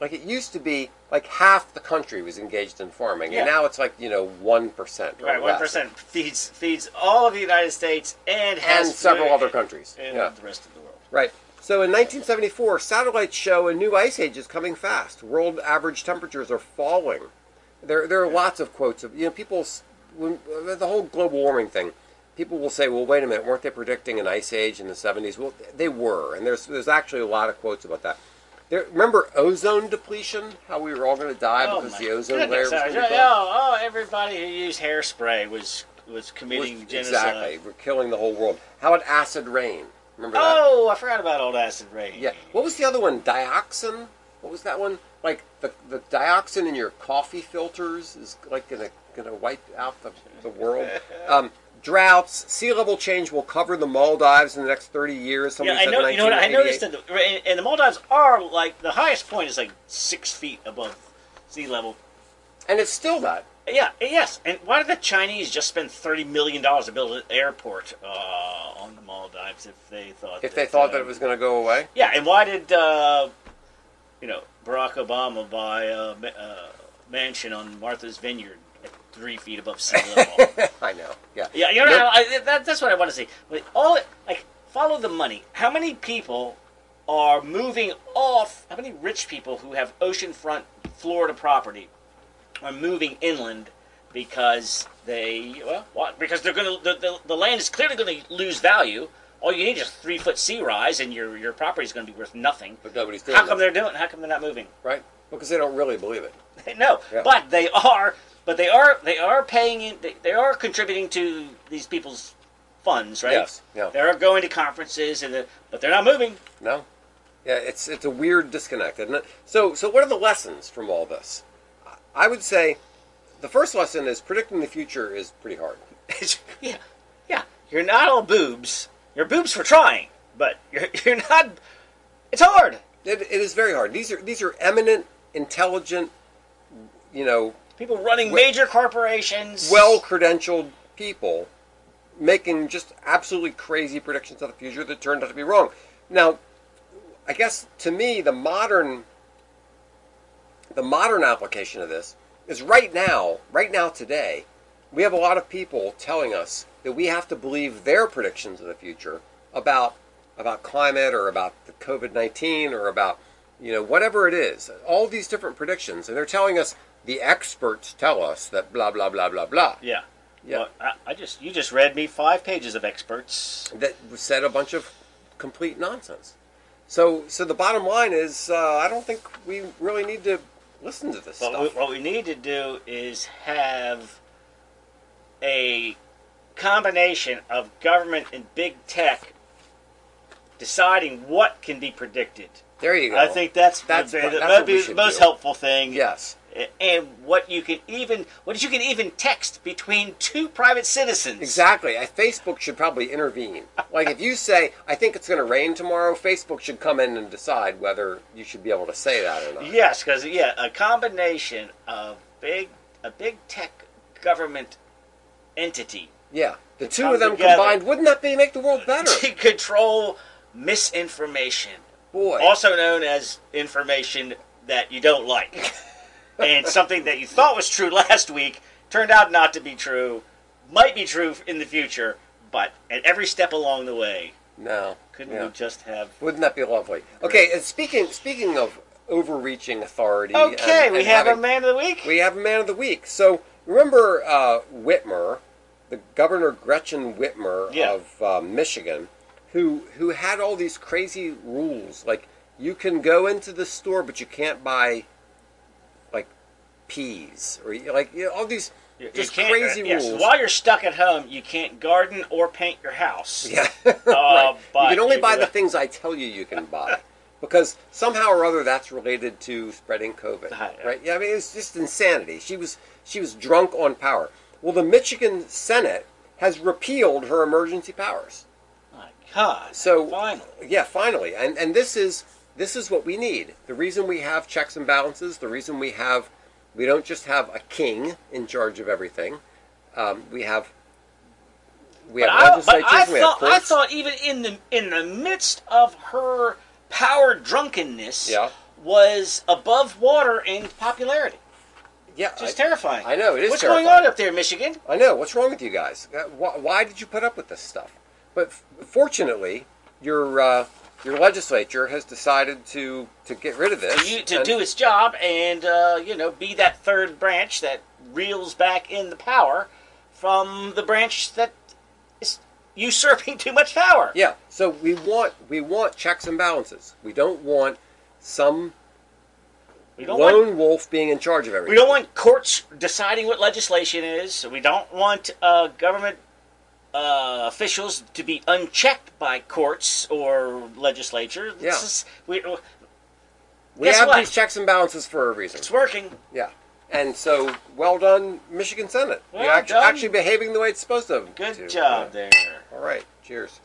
[SPEAKER 1] like it used to be, like half the country was engaged in farming,
[SPEAKER 2] Yeah.
[SPEAKER 1] and now it's like you know one percent.
[SPEAKER 2] Right, one percent feeds feeds all of the United States
[SPEAKER 1] and
[SPEAKER 2] and has
[SPEAKER 1] several
[SPEAKER 2] food
[SPEAKER 1] other countries.
[SPEAKER 2] and
[SPEAKER 1] yeah.
[SPEAKER 2] the rest of the world.
[SPEAKER 1] Right. So in 1974, satellites show a new ice age is coming fast. World average temperatures are falling. There, there are lots of quotes of you know people. s- When, uh, the whole global warming thing, people will say, "Well, wait a minute, weren't they predicting an ice age in the 70s?" Well, they were, and there's there's actually a lot of quotes about that. There, remember ozone depletion? How we were all going to die
[SPEAKER 2] Oh
[SPEAKER 1] because
[SPEAKER 2] my
[SPEAKER 1] the ozone layer was
[SPEAKER 2] goodness, I was-
[SPEAKER 1] gonna be gone?
[SPEAKER 2] oh, oh, everybody who used hairspray was was committing
[SPEAKER 1] Was-
[SPEAKER 2] genocide.
[SPEAKER 1] Exactly. We're killing the whole world. How about acid rain? Remember that?
[SPEAKER 2] Oh, I forgot about old acid rain.
[SPEAKER 1] Yeah. What was the other one? Dioxin? What was that one? Like the the dioxin in your coffee filters is like gonna gonna wipe out the, the
[SPEAKER 2] (laughs)
[SPEAKER 1] world. Um, droughts, sea level change will cover the Maldives in the next thirty years.
[SPEAKER 2] Yeah,
[SPEAKER 1] Somebody
[SPEAKER 2] I
[SPEAKER 1] said
[SPEAKER 2] know. You know what? I
[SPEAKER 1] 1988.
[SPEAKER 2] noticed that, the, and- and the Maldives are like the highest point is like six feet above sea level.
[SPEAKER 1] And it's still that.
[SPEAKER 2] Yeah. Yes. And why did the Chinese just spend thirty million dollars to build an airport uh, on the Maldives if they thought
[SPEAKER 1] If they thought
[SPEAKER 2] uh,
[SPEAKER 1] that it was gonna go away. (laughs)
[SPEAKER 2] Yeah, and why did uh, you know Barack Obama buy a, ma- a mansion on Martha's Vineyard at three feet above sea level?
[SPEAKER 1] I know. Yeah.
[SPEAKER 2] yeah, you know
[SPEAKER 1] Nope.
[SPEAKER 2] I, that, that's what I want to see. Like, all like follow the money. How many people are moving off? How many rich people who have oceanfront Florida property are moving inland? Because they well, what? Because they're gonna the, the, the land is clearly gonna lose value. All you need is three foot sea rise, and your your property is gonna be worth nothing.
[SPEAKER 1] But nobody's doing
[SPEAKER 2] How come
[SPEAKER 1] that,
[SPEAKER 2] they're doing? How come they're not moving?
[SPEAKER 1] right? Because they don't really believe it.
[SPEAKER 2] no,
[SPEAKER 1] Yeah.
[SPEAKER 2] but they are. But they are. They are paying. In, they, they are contributing to these people's funds, right?
[SPEAKER 1] Yes, yeah.
[SPEAKER 2] They are going to conferences, and the, but they're
[SPEAKER 1] (laughs)
[SPEAKER 2] not moving.
[SPEAKER 1] No. Yeah, it's it's a weird disconnect, isn't it? So so what are the lessons from all this? I would say the first lesson is predicting the future is pretty hard.
[SPEAKER 2] yeah, yeah. You're not all boobs. You're boobs for trying, but you're (laughs) you're not. It's hard.
[SPEAKER 1] It, it is very hard. These are these are eminent, intelligent, you know,
[SPEAKER 2] People running
[SPEAKER 1] Well-
[SPEAKER 2] major corporations.
[SPEAKER 1] well credentialed people making just absolutely crazy predictions of the future that turned out to be wrong. Now, I guess to me the modern the modern application of this is right now, right now today, we have a lot of people telling us that we have to believe their predictions of the future about about climate or about the COVID-19 or about you know whatever it is. All these different predictions and they're telling us the experts tell us that blah blah blah blah blah.
[SPEAKER 2] Yeah.
[SPEAKER 1] Yeah.
[SPEAKER 2] Well, I, I just you just read me five pages of experts.
[SPEAKER 1] that said a bunch of complete nonsense. So, so the bottom line is, uh, I don't think we really need to listen to this
[SPEAKER 2] What we,
[SPEAKER 1] stuff.
[SPEAKER 2] what we need to do is have a combination of government and big tech deciding what can be predicted.
[SPEAKER 1] there you go.
[SPEAKER 2] I think that's
[SPEAKER 1] That's
[SPEAKER 2] that-
[SPEAKER 1] what-
[SPEAKER 2] that
[SPEAKER 1] that's
[SPEAKER 2] would
[SPEAKER 1] what
[SPEAKER 2] be
[SPEAKER 1] we
[SPEAKER 2] the
[SPEAKER 1] should
[SPEAKER 2] most
[SPEAKER 1] do.
[SPEAKER 2] helpful thing.
[SPEAKER 1] yes,
[SPEAKER 2] And what you can even what you can even text between two private citizens.
[SPEAKER 1] exactly. I, Facebook should probably intervene. Like if you say, "I think it's going to rain tomorrow," Facebook should come in and decide whether you should be able to say that or not.
[SPEAKER 2] Yes, because yeah, a combination of big a big tech government entity
[SPEAKER 1] Yeah. the two
[SPEAKER 2] come
[SPEAKER 1] of them
[SPEAKER 2] together.
[SPEAKER 1] combined wouldn't that be make the world better?
[SPEAKER 2] (laughs) to control misinformation,
[SPEAKER 1] Boy,
[SPEAKER 2] also known as information that you
[SPEAKER 1] (laughs)
[SPEAKER 2] don't like, and something that you thought was true last week turned out not to be true, might be true in the future, but at every step along the way,
[SPEAKER 1] no,
[SPEAKER 2] couldn't
[SPEAKER 1] Yeah.
[SPEAKER 2] we just have?
[SPEAKER 1] Wouldn't that be lovely? Okay, and speaking speaking of overreaching authority. and-
[SPEAKER 2] Okay, we
[SPEAKER 1] and
[SPEAKER 2] have
[SPEAKER 1] having-
[SPEAKER 2] a man of the week.
[SPEAKER 1] we have a man of the week. So remember uh, Whitmer, the governor Gretchen Whitmer
[SPEAKER 2] Yeah.
[SPEAKER 1] of uh, Michigan, who who had all these crazy rules like you can go into the store but you can't buy like peas or like you know, all these
[SPEAKER 2] You- you
[SPEAKER 1] just
[SPEAKER 2] can't- uh,
[SPEAKER 1] crazy
[SPEAKER 2] yes,
[SPEAKER 1] rules.
[SPEAKER 2] While you're stuck at home, you can't garden or paint your house.
[SPEAKER 1] Yeah.
[SPEAKER 2] Uh,
[SPEAKER 1] (laughs) right.
[SPEAKER 2] but
[SPEAKER 1] you can only
[SPEAKER 2] you
[SPEAKER 1] buy
[SPEAKER 2] do (laughs)
[SPEAKER 1] the
[SPEAKER 2] it.
[SPEAKER 1] things I tell you you can buy. Because somehow or other that's related to spreading COVID.
[SPEAKER 2] Hi, Ah, yeah.
[SPEAKER 1] Right? Yeah, I mean it's just insanity. She was she was drunk on power. Well the Michigan Senate has repealed her emergency powers.
[SPEAKER 2] My God.
[SPEAKER 1] So-
[SPEAKER 2] finally.
[SPEAKER 1] Yeah, finally. And and this is this is what we need. The reason we have checks and balances, the reason we have we don't just have a king in charge of everything. Um, we have we have legislatures,
[SPEAKER 2] I
[SPEAKER 1] we
[SPEAKER 2] thought,
[SPEAKER 1] have courts.
[SPEAKER 2] I thought even in the in the midst of her power drunkenness,
[SPEAKER 1] Yeah.
[SPEAKER 2] was above water in popularity.
[SPEAKER 1] yeah,
[SPEAKER 2] Just
[SPEAKER 1] I-
[SPEAKER 2] terrifying.
[SPEAKER 1] I know, it is
[SPEAKER 2] What's going
[SPEAKER 1] terrifying.
[SPEAKER 2] on up there, Michigan?
[SPEAKER 1] I know. What's wrong with you guys? Uh, Why, why did you put up with this stuff? But f- fortunately, your uh, your legislature has decided to to get rid of this.
[SPEAKER 2] To, you, to
[SPEAKER 1] and-
[SPEAKER 2] do its job and uh, you know be that third branch that reels back in the power from the branch that is usurping (laughs) too much power.
[SPEAKER 1] Yeah. So we want we want checks and balances. We don't want some
[SPEAKER 2] We don't want
[SPEAKER 1] lone wolf being in charge of everything.
[SPEAKER 2] we don't want courts deciding what legislation is. We don't want uh, government uh, officials to be unchecked by courts or legislature. This
[SPEAKER 1] Yeah.
[SPEAKER 2] is- we,
[SPEAKER 1] we
[SPEAKER 2] guess
[SPEAKER 1] have
[SPEAKER 2] what?
[SPEAKER 1] these checks and balances for a reason.
[SPEAKER 2] it's working.
[SPEAKER 1] Yeah. And so, well done, Michigan Senate.
[SPEAKER 2] Well
[SPEAKER 1] You're actu-
[SPEAKER 2] done.
[SPEAKER 1] actually behaving the way it's supposed to.
[SPEAKER 2] Good
[SPEAKER 1] to.
[SPEAKER 2] job there.
[SPEAKER 1] All right. Cheers.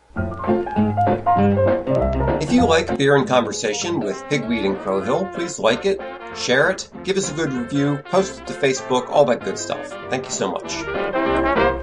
[SPEAKER 1] If you like Beer and Conversation with Pigweed and Crowhill, please like it, share it, give us a good review, post it to Facebook, all that good stuff. Thank you so much.